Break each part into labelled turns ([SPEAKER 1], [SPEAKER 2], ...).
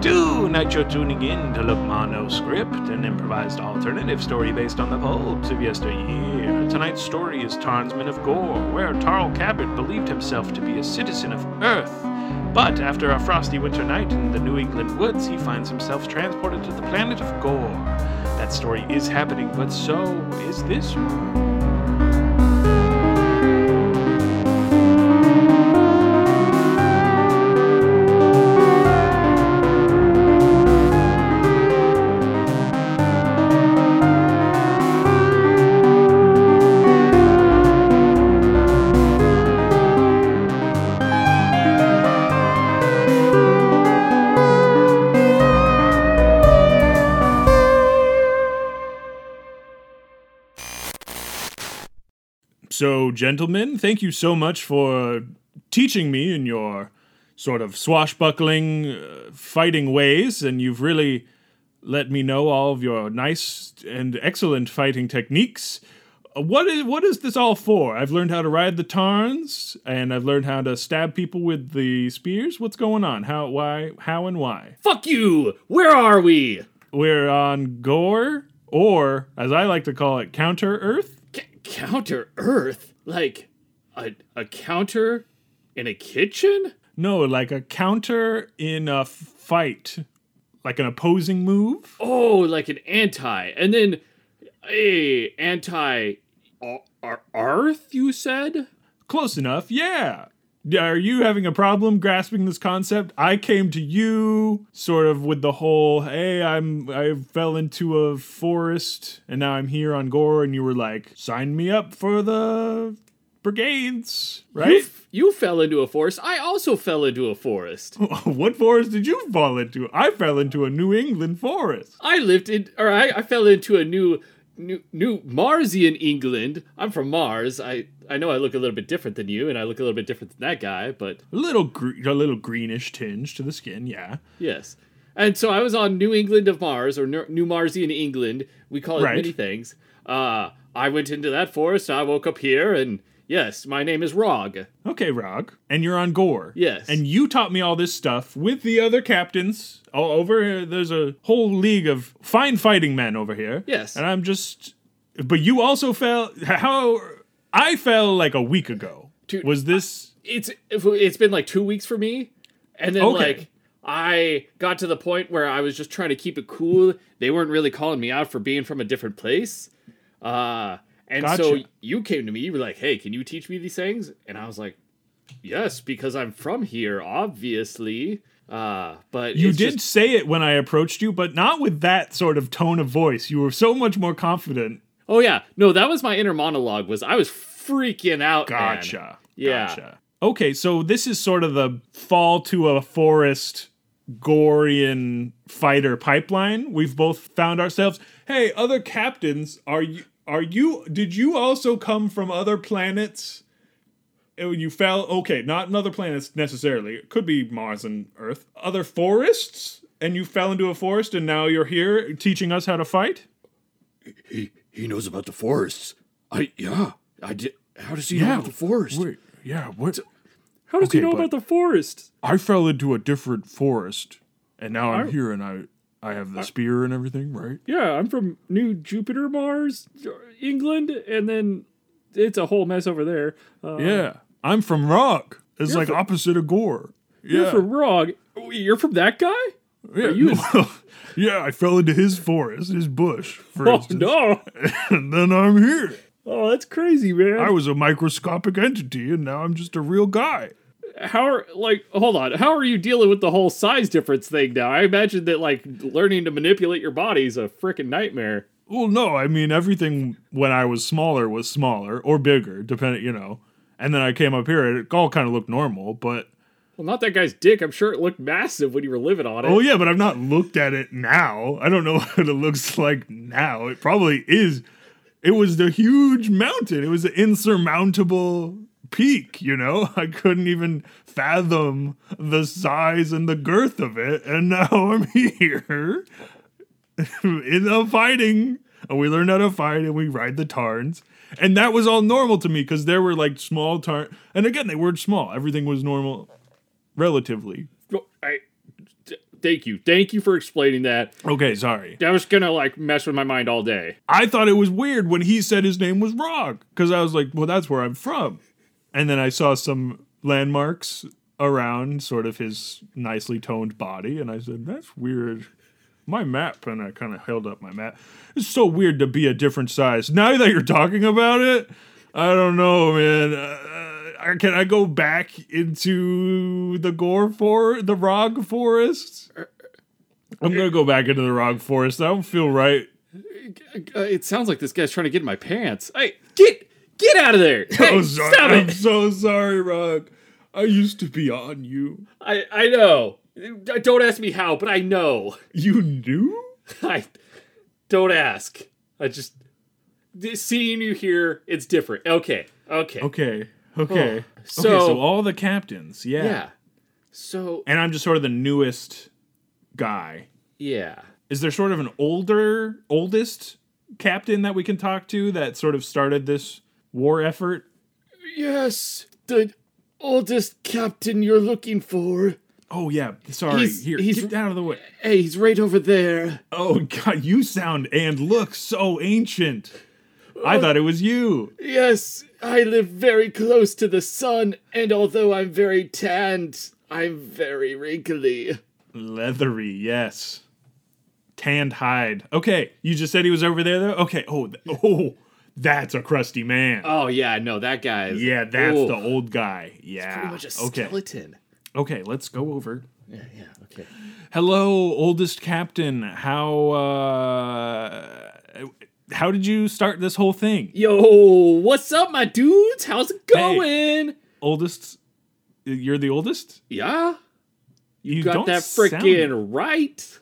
[SPEAKER 1] do. Night you're tuning in to the Monoscript, an improvised alternative story based on the pulps of yesteryear. Tonight's story is Tarnsman of Gore, where Tarl Cabot believed himself to be a citizen of Earth. But after a frosty winter night in the New England woods, he finds himself transported to the planet of Gore. That story is happening, but so is this one.
[SPEAKER 2] So, gentlemen, thank you so much for teaching me in your sort of swashbuckling, uh, fighting ways, and you've really let me know all of your nice and excellent fighting techniques. Uh, What is what is this all for? I've learned how to ride the tarns, and I've learned how to stab people with the spears. What's going on? How, why, how, and why?
[SPEAKER 3] Fuck you! Where are we?
[SPEAKER 2] We're on Gore, or as I like to call it, Counter Earth.
[SPEAKER 3] C- counter Earth? Like a, a counter in a kitchen?
[SPEAKER 2] No, like a counter in a f- fight, like an opposing move.
[SPEAKER 3] Oh, like an anti. And then a anti Ar- Ar- Earth, you said?
[SPEAKER 2] Close enough, yeah. Yeah, Are you having a problem grasping this concept? I came to you sort of with the whole, "Hey, I'm I fell into a forest and now I'm here on Gore," and you were like, "Sign me up for the brigades,"
[SPEAKER 3] You,
[SPEAKER 2] right?
[SPEAKER 3] f- you fell into a forest. I also fell into a forest.
[SPEAKER 2] what forest did you fall into? I fell into a New England forest.
[SPEAKER 3] I lived in, or I, I fell into a new, new, new Marsian England. I'm from Mars. I, I know I look a little bit different than you, and I look a little bit different than that guy, but
[SPEAKER 2] A little gre- a little greenish tinge to the skin, yeah.
[SPEAKER 3] Yes. And so I was on New England of Mars or New- New Marsian England. We call it
[SPEAKER 2] Right.
[SPEAKER 3] many things. Uh, I went into that forest. I woke up here, and yes, my name is Rog.
[SPEAKER 2] Okay, Rog. And you're on Gore.
[SPEAKER 3] Yes.
[SPEAKER 2] And you taught me all this stuff with the other captains all over here. There's a whole league of fine fighting men over here.
[SPEAKER 3] Yes.
[SPEAKER 2] And I'm just. But you also fell. How. I fell like a week ago.
[SPEAKER 3] Dude,
[SPEAKER 2] Was this.
[SPEAKER 3] It's it's been like two weeks for me, and then
[SPEAKER 2] Okay.
[SPEAKER 3] like I got to the point where I was just trying to keep it cool. They weren't really calling me out for being from a different place. Uh, and so
[SPEAKER 2] Gotcha.
[SPEAKER 3] you came to me. You were like, "Hey, can you teach me these things?" And I was like, "Yes, because I'm from here, obviously." Uh, but
[SPEAKER 2] you
[SPEAKER 3] it's
[SPEAKER 2] did
[SPEAKER 3] just-
[SPEAKER 2] say it when I approached you, but not with that sort of tone of voice. You were so much more confident.
[SPEAKER 3] Oh yeah, no, that was my inner monologue. Was I was freaking out. man.
[SPEAKER 2] Gotcha.
[SPEAKER 3] Yeah.
[SPEAKER 2] Gotcha. Okay, so this is sort of the fall to a forest Gorian fighter pipeline. We've both found ourselves. Hey, other captains, are you are you did you also come from other planets? Oh, You fell okay, not other planets necessarily. It could be Mars and Earth. Other forests? And you fell into a forest and now you're here teaching us how to fight?
[SPEAKER 3] He he knows about the forests. I yeah. I did. How does he know about the forest?
[SPEAKER 2] yeah, what
[SPEAKER 3] How does
[SPEAKER 2] Okay,
[SPEAKER 3] he know
[SPEAKER 2] but-
[SPEAKER 3] about the forest?
[SPEAKER 2] I fell into a different forest, and now
[SPEAKER 3] Oh.
[SPEAKER 2] I'm here, and I I have
[SPEAKER 3] Uh,
[SPEAKER 2] the spear and everything, right?
[SPEAKER 3] Yeah, I'm from New Jupiter, Mars, England, and then it's a whole mess over there. Uh,
[SPEAKER 2] yeah, I'm from Rock. It's like
[SPEAKER 3] from-
[SPEAKER 2] opposite of Gore. Yeah,
[SPEAKER 3] You're from Rog. You're from that guy?
[SPEAKER 2] yeah,
[SPEAKER 3] you-
[SPEAKER 2] well, yeah. I fell into his forest, his bush, for
[SPEAKER 3] Oh
[SPEAKER 2] instance,
[SPEAKER 3] no!
[SPEAKER 2] and then I'm here.
[SPEAKER 3] Oh, that's crazy, man.
[SPEAKER 2] I was a microscopic entity, and now I'm just a real guy.
[SPEAKER 3] how are like hold on how are you dealing with the whole size difference thing now i imagine that like learning to manipulate your body is a freaking nightmare
[SPEAKER 2] Well, no, I mean everything when I was smaller was smaller or bigger, depending, you know. And then I came up here, it all kind of looked normal, but
[SPEAKER 3] well not that guy's dick i'm sure it looked massive when you were living on it
[SPEAKER 2] Oh yeah, but I've not looked at it now. I don't know what it looks like now. It probably is. It was the huge mountain. It was an insurmountable peak. You know, I couldn't even fathom the size and the girth of it. And now I'm here in the fighting. And we learned how to fight, and we ride the tarns. And that was all normal to me because there were like small tarn. And again, they weren't small. Everything was normal, relatively.
[SPEAKER 3] I, Thank you. Thank you for explaining that.
[SPEAKER 2] Okay, sorry.
[SPEAKER 3] That was gonna like mess with my mind all day.
[SPEAKER 2] I thought it was weird when he said his name was Rog because I was like, well, that's where I'm from. And then I saw some landmarks around sort of his nicely toned body, and I said, that's weird. My map, and I kind of held up my map. It's so weird to be a different size. Now that you're talking about it, I don't know, man. Uh, uh, can I go back into the gore for the Rog forest? I'm gonna go back into the Rog forest. I don't feel right.
[SPEAKER 3] Uh, It sounds like this guy's trying to get in my pants. Hey, get get out of there! Hey,
[SPEAKER 2] Oh, sorry.
[SPEAKER 3] stop
[SPEAKER 2] I'm
[SPEAKER 3] it!
[SPEAKER 2] so sorry, Rog. I used to be on you.
[SPEAKER 3] I I know. Uh, Don't ask me how, but I know.
[SPEAKER 2] You knew?
[SPEAKER 3] I don't ask. I just th- seeing you here. It's different. Okay. Okay.
[SPEAKER 2] Okay. Okay.
[SPEAKER 3] Oh, so-
[SPEAKER 2] okay, so all the captains, yeah.
[SPEAKER 3] Yeah. So
[SPEAKER 2] And I'm just sort of the newest guy.
[SPEAKER 3] yeah.
[SPEAKER 2] Is there sort of an older, oldest captain that we can talk to that sort of started this war effort?
[SPEAKER 3] Yes, the oldest captain you're looking for.
[SPEAKER 2] Oh yeah, sorry.
[SPEAKER 3] He's-
[SPEAKER 2] Here,
[SPEAKER 3] he's-
[SPEAKER 2] get out of the way.
[SPEAKER 3] Hey, he's right over there.
[SPEAKER 2] Oh god, you sound and look so ancient. I thought it was you.
[SPEAKER 3] Yes, I live very close to the sun, and although I'm very tanned, I'm very wrinkly.
[SPEAKER 2] Leathery, yes. Tanned hide. Okay, you just said he was over there, though. Okay. Oh, th- oh, that's a crusty man.
[SPEAKER 3] Oh yeah, no, that guy is
[SPEAKER 2] yeah, that's
[SPEAKER 3] Ooh,
[SPEAKER 2] the old guy. Yeah.
[SPEAKER 3] pretty much a
[SPEAKER 2] okay.
[SPEAKER 3] skeleton.
[SPEAKER 2] Okay, let's go over.
[SPEAKER 3] Yeah, yeah, okay.
[SPEAKER 2] Hello, oldest captain. How uh, how did you start this whole thing?
[SPEAKER 3] Yo, what's up, my dudes? How's it going?
[SPEAKER 2] Oldest, you're the oldest.
[SPEAKER 3] Yeah,
[SPEAKER 2] You,
[SPEAKER 3] got
[SPEAKER 2] don't
[SPEAKER 3] that
[SPEAKER 2] sound-
[SPEAKER 3] freaking right.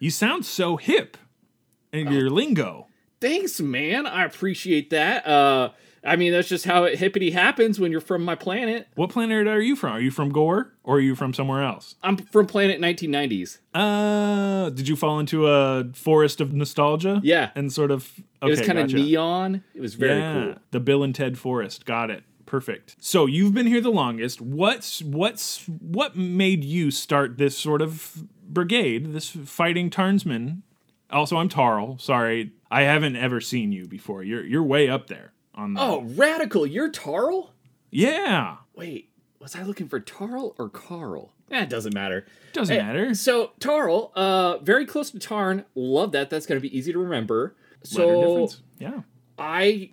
[SPEAKER 2] you sound so hip,
[SPEAKER 3] Oh.
[SPEAKER 2] in your lingo.
[SPEAKER 3] Thanks, man. I appreciate that. Uh, I mean, that's just how it hippity happens when you're from my planet.
[SPEAKER 2] What planet are you from? Are you from Gore or are you from somewhere else?
[SPEAKER 3] I'm from planet 1990s.
[SPEAKER 2] Uh, did you fall into a forest of nostalgia?
[SPEAKER 3] Yeah.
[SPEAKER 2] and sort of
[SPEAKER 3] It was
[SPEAKER 2] okay,
[SPEAKER 3] kind of
[SPEAKER 2] gotcha.
[SPEAKER 3] neon. It was very
[SPEAKER 2] yeah,
[SPEAKER 3] cool.
[SPEAKER 2] The Bill and Ted Forest. Got it. Perfect. So you've been here the longest. What's what's what made you start this sort of brigade, this fighting Tarnsman? Also, I'm Tarl. Sorry, I haven't ever seen you before. You're you're way up there on the.
[SPEAKER 3] Oh, radical! You're Tarl.
[SPEAKER 2] Yeah,
[SPEAKER 3] Wait, was I looking for Tarl or Carl? Eh, it doesn't matter.
[SPEAKER 2] doesn't
[SPEAKER 3] Hey,
[SPEAKER 2] matter.
[SPEAKER 3] So Tarl, uh, very close to Tarn. Love that. That's gonna be easy to remember.
[SPEAKER 2] Letter
[SPEAKER 3] So
[SPEAKER 2] difference. yeah.
[SPEAKER 3] I,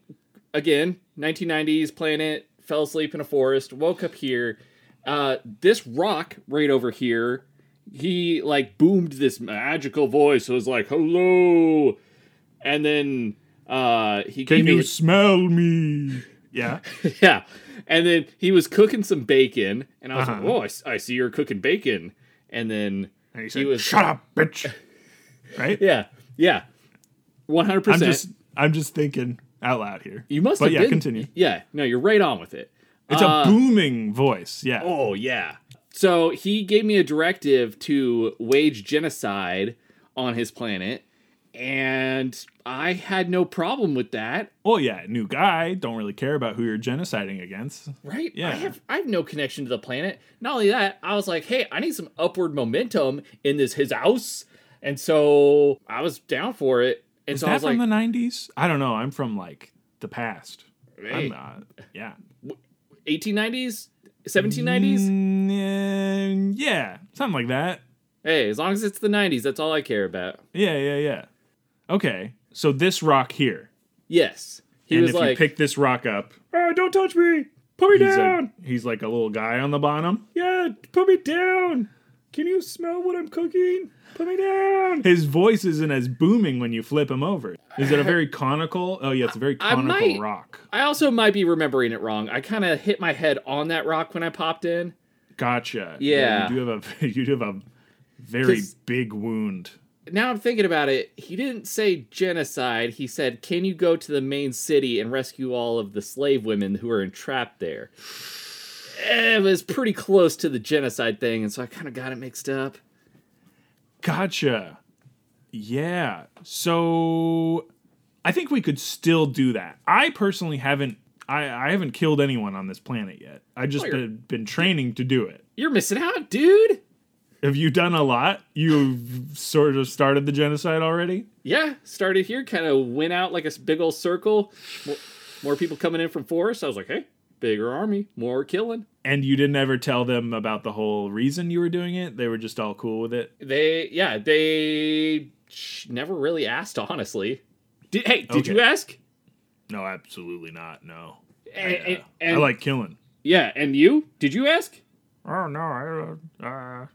[SPEAKER 3] again, 1990s planet, fell asleep in a forest, woke up here. Uh, this rock right over here, he like boomed this magical voice. It was like, hello. And then uh, he
[SPEAKER 2] Can
[SPEAKER 3] gave me-
[SPEAKER 2] you smell me? Yeah.
[SPEAKER 3] yeah. And then he was cooking some bacon. And I was
[SPEAKER 2] Uh-huh.
[SPEAKER 3] like, oh, I s- I, see you're cooking bacon. And then,
[SPEAKER 2] And he said,
[SPEAKER 3] He was-
[SPEAKER 2] "Shut up, bitch." Right?
[SPEAKER 3] yeah, yeah. 100%.
[SPEAKER 2] I'm just I'm just thinking out loud here.
[SPEAKER 3] you must
[SPEAKER 2] But
[SPEAKER 3] have
[SPEAKER 2] yeah,
[SPEAKER 3] been- uh,
[SPEAKER 2] continue.
[SPEAKER 3] Yeah, no, you're right on with it.
[SPEAKER 2] It's a booming voice. Yeah.
[SPEAKER 3] Oh yeah. So he gave me a directive to wage genocide on his planet, and I had no problem with that.
[SPEAKER 2] Well, yeah, new guy. Don't really care about who you're genociding against.
[SPEAKER 3] Right? I
[SPEAKER 2] Yeah.
[SPEAKER 3] have I have no connection to the planet. Not only that, I was like, hey, I need some upward momentum in this his house, and so I was down for it. And
[SPEAKER 2] Is
[SPEAKER 3] so I
[SPEAKER 2] that
[SPEAKER 3] was
[SPEAKER 2] from
[SPEAKER 3] like,
[SPEAKER 2] the '90s? I don't know. I'm from like the past.
[SPEAKER 3] Hey.
[SPEAKER 2] I'm not. Yeah.
[SPEAKER 3] 1890s, 1790s.
[SPEAKER 2] Mm, eh, yeah, something like that.
[SPEAKER 3] Hey, as long as it's the 90s, that's all I care about.
[SPEAKER 2] Yeah, yeah, yeah. Okay, so this rock here,
[SPEAKER 3] Yes. He
[SPEAKER 2] and
[SPEAKER 3] was
[SPEAKER 2] if you
[SPEAKER 3] like,
[SPEAKER 2] pick this rock up, "Oh,
[SPEAKER 1] Ah, don't touch me! Put me
[SPEAKER 2] he's,
[SPEAKER 1] down!
[SPEAKER 2] a, he's like a little guy on the bottom.
[SPEAKER 1] yeah, put me down! Can you smell what I'm cooking? Put me down!
[SPEAKER 2] His voice isn't as booming when you flip him over. Is it a very conical? Oh yeah, it's a very
[SPEAKER 3] I- I
[SPEAKER 2] conical
[SPEAKER 3] might-
[SPEAKER 2] rock.
[SPEAKER 3] I also might be remembering it wrong. I kind of hit my head on that rock when I popped in.
[SPEAKER 2] Gotcha.
[SPEAKER 3] Yeah.
[SPEAKER 2] you do have a you do have a very
[SPEAKER 3] 'Cause-
[SPEAKER 2] big wound.
[SPEAKER 3] Now I'm thinking about it. He didn't say genocide. He said, "Can you go to the main city and rescue all of the slave women who are entrapped there?" Eh, It was pretty close to the genocide thing, and so I kind of got it mixed up.
[SPEAKER 2] Gotcha. Yeah. So I think we could still do that. I personally haven't I, I haven't killed anyone on this planet yet. I just
[SPEAKER 3] Well, you're-
[SPEAKER 2] been, been training to do it.
[SPEAKER 3] You're missing out, dude.
[SPEAKER 2] Have you done a lot? You've sort of started the genocide already?
[SPEAKER 3] Yeah, started here, kind of went out like a s- big old circle. More, more people coming in from forest. I was like, hey, bigger army, more killing.
[SPEAKER 2] And you didn't ever tell them about the whole reason you were doing it? They were just all cool with it?
[SPEAKER 3] They, yeah, they sh- never really asked, honestly. Did, hey, did
[SPEAKER 2] Okay.
[SPEAKER 3] you ask?
[SPEAKER 2] No, absolutely not. No.
[SPEAKER 3] And,
[SPEAKER 2] Yeah.
[SPEAKER 3] and- and-
[SPEAKER 2] I like killing.
[SPEAKER 3] yeah, and you? Did you ask?
[SPEAKER 2] Oh no, I uh,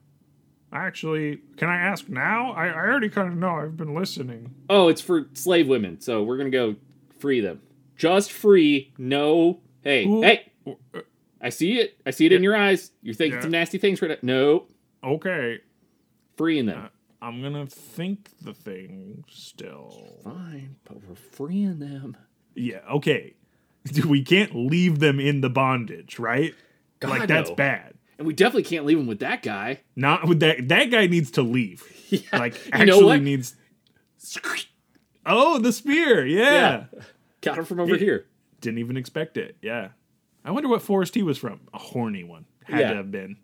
[SPEAKER 2] actually, can I ask now? I, I already kind of know. I've been listening.
[SPEAKER 3] Oh, it's for slave women, so we're gonna go free them. Just free, no. Hey,
[SPEAKER 2] Who-
[SPEAKER 3] hey, I see it. I see it in your eyes. You're thinking
[SPEAKER 2] Yeah.
[SPEAKER 3] some nasty things right now. No,
[SPEAKER 2] Okay,
[SPEAKER 3] freeing them.
[SPEAKER 2] I'm gonna think the thing still.
[SPEAKER 3] Fine, but we're freeing them.
[SPEAKER 2] Yeah. Okay, we can't leave them in the bondage, right?
[SPEAKER 3] God,
[SPEAKER 2] like that's
[SPEAKER 3] no.
[SPEAKER 2] bad.
[SPEAKER 3] And we definitely can't leave them with that guy.
[SPEAKER 2] Not with that. That guy needs to leave. Like
[SPEAKER 3] You know
[SPEAKER 2] actually
[SPEAKER 3] what?
[SPEAKER 2] needs. Oh, the spear. yeah.
[SPEAKER 3] Got him from over
[SPEAKER 2] Yeah.
[SPEAKER 3] here.
[SPEAKER 2] Didn't even expect it. Yeah. I wonder what forest he was from. A horny one. Had
[SPEAKER 3] Yeah.
[SPEAKER 2] to have been.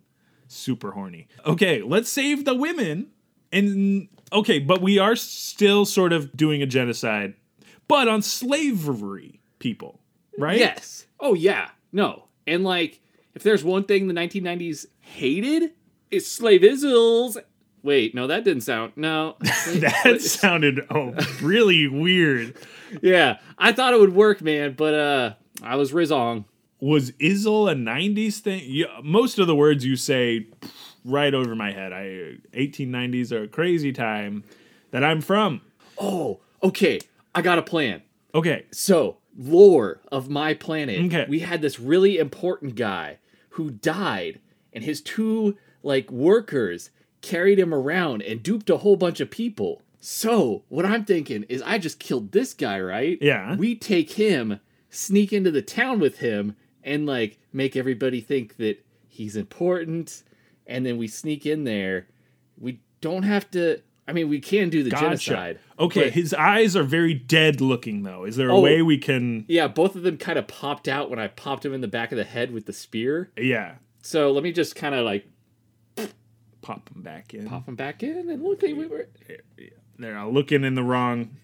[SPEAKER 2] Super horny. Okay, let's save the women. And okay, but we are still sort of doing a genocide, but on slavery people, right?
[SPEAKER 3] Yes. Oh yeah. No. And like, if there's one thing the 1990s hated, it's slavisms. Wait, no, that didn't sound. No.
[SPEAKER 2] That sounded oh really weird.
[SPEAKER 3] yeah, I thought it would work, man, but uh, I was wrong.
[SPEAKER 2] Was Izzle a '90s thing? Yeah, most of the words you say right over my head. I 1890s are a crazy time that I'm from.
[SPEAKER 3] Oh, okay. I got a plan.
[SPEAKER 2] Okay,
[SPEAKER 3] So, lore of my planet.
[SPEAKER 2] Okay.
[SPEAKER 3] We had this really important guy who died, and his two like workers carried him around and duped a whole bunch of people. So, what I'm thinking is I just killed this guy, right?
[SPEAKER 2] Yeah.
[SPEAKER 3] We take him, sneak into the town with him, and like make everybody think that he's important, and then we sneak in there. We don't have to I mean, we can do the genocide.
[SPEAKER 2] Okay,
[SPEAKER 3] but-
[SPEAKER 2] his eyes are very dead looking though. Is there a
[SPEAKER 3] Oh.
[SPEAKER 2] way we can
[SPEAKER 3] Yeah, both of them kind of popped out when I popped him in the back of the head with the spear.
[SPEAKER 2] yeah,
[SPEAKER 3] So let me just kind of like
[SPEAKER 2] pop them back in?
[SPEAKER 3] pop him back in and look, they we were.
[SPEAKER 2] They're all looking in the wrong.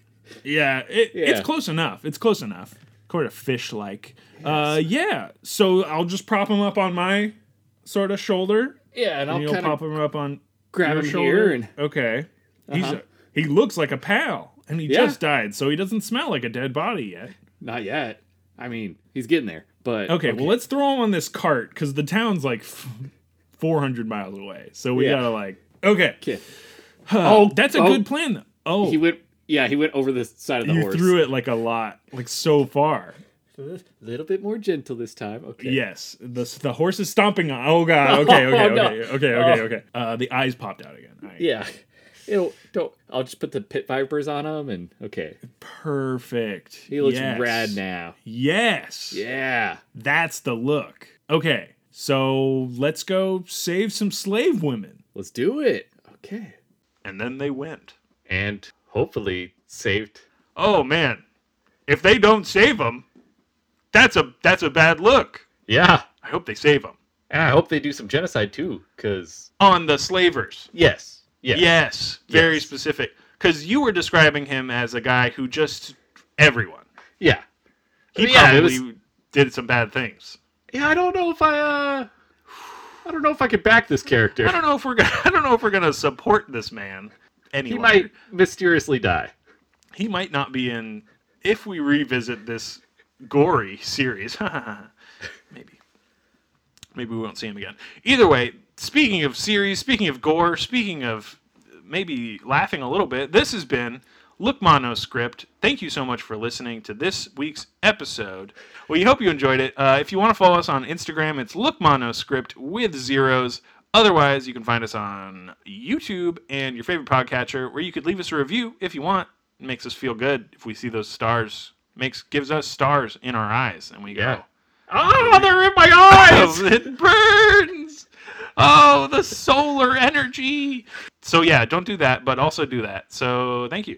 [SPEAKER 2] Yeah, it, it's
[SPEAKER 3] Yeah.
[SPEAKER 2] close enough. It's close enough. Sort of fish like. Uh yeah, so I'll just prop him up on my sort of shoulder
[SPEAKER 3] Yeah, and
[SPEAKER 2] and
[SPEAKER 3] I'll
[SPEAKER 2] you'll
[SPEAKER 3] kind
[SPEAKER 2] pop
[SPEAKER 3] of
[SPEAKER 2] him up on
[SPEAKER 3] grab
[SPEAKER 2] your
[SPEAKER 3] him
[SPEAKER 2] shoulder.
[SPEAKER 3] here and
[SPEAKER 2] Okay. He's
[SPEAKER 3] Uh-huh.
[SPEAKER 2] a, he looks like a pal and he
[SPEAKER 3] Yeah.
[SPEAKER 2] just died, so he doesn't smell like a dead body yet.
[SPEAKER 3] not yet. I mean, he's getting there, but
[SPEAKER 2] Okay, well, let's throw him on this cart because the town's like f- 400 miles away. So we
[SPEAKER 3] Yeah.
[SPEAKER 2] gotta like. Okay.
[SPEAKER 3] Okay.
[SPEAKER 2] oh, that's a
[SPEAKER 3] oh.
[SPEAKER 2] good plan. Though. Oh,
[SPEAKER 3] he went. Yeah, he went over the side of the
[SPEAKER 2] you
[SPEAKER 3] horse.
[SPEAKER 2] threw it like a lot, like so far.
[SPEAKER 3] A little bit more gentle this time. Okay.
[SPEAKER 2] Yes, the the horse is stomping on. Oh god. Okay. Okay.
[SPEAKER 3] no. Oh.
[SPEAKER 2] okay. Okay. Okay. Okay. Uh, the eyes popped out again. All right.
[SPEAKER 3] Yeah. It'll, don't. I'll just put the pit vipers on him, and okay,
[SPEAKER 2] Perfect.
[SPEAKER 3] he looks
[SPEAKER 2] Yes.
[SPEAKER 3] rad now.
[SPEAKER 2] Yes.
[SPEAKER 3] Yeah.
[SPEAKER 2] That's the look. Okay. So let's go save some slave women.
[SPEAKER 3] Let's do it. Okay.
[SPEAKER 1] And then they went.
[SPEAKER 3] And hopefully saved
[SPEAKER 1] Oh man, if they don't save them, that's a that's a bad look.
[SPEAKER 3] Yeah.
[SPEAKER 1] I hope they save them
[SPEAKER 3] And I hope they do some genocide too, because
[SPEAKER 1] on the slavers.
[SPEAKER 3] yes, yeah,
[SPEAKER 1] Yes, very
[SPEAKER 3] Yes.
[SPEAKER 1] specific. Because you were describing him as a guy who just everyone.
[SPEAKER 3] yeah,
[SPEAKER 1] He
[SPEAKER 3] Yeah, it
[SPEAKER 1] probably did some bad things.
[SPEAKER 3] yeah. I don't know if I, uh, I don't know if I could back this character.
[SPEAKER 1] I don't know if we're gonna. I don't know if we're gonna support this man. Anyway,
[SPEAKER 3] he might mysteriously die.
[SPEAKER 1] He might not be in. If we revisit this gory series, maybe. Maybe we won't see him again. Either way, speaking of series, speaking of gore, speaking of maybe laughing a little bit, this has been Look Monoscript. Thank you so much for listening to this week's episode. We hope you enjoyed it. Uh, if you want to follow us on Instagram, it's Look Monoscript with zeros. Otherwise, you can find us on YouTube and your favorite podcatcher, where you could leave us a review if you want. It makes us feel good if we see those stars. Makes gives us stars in our eyes, and we
[SPEAKER 3] Yeah.
[SPEAKER 1] go.
[SPEAKER 3] Oh,
[SPEAKER 1] Ah,
[SPEAKER 3] they're in my
[SPEAKER 1] Oh, it burns. Oh, the solar energy. So yeah, don't do that, but also do that. So thank you,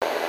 [SPEAKER 3] Bye.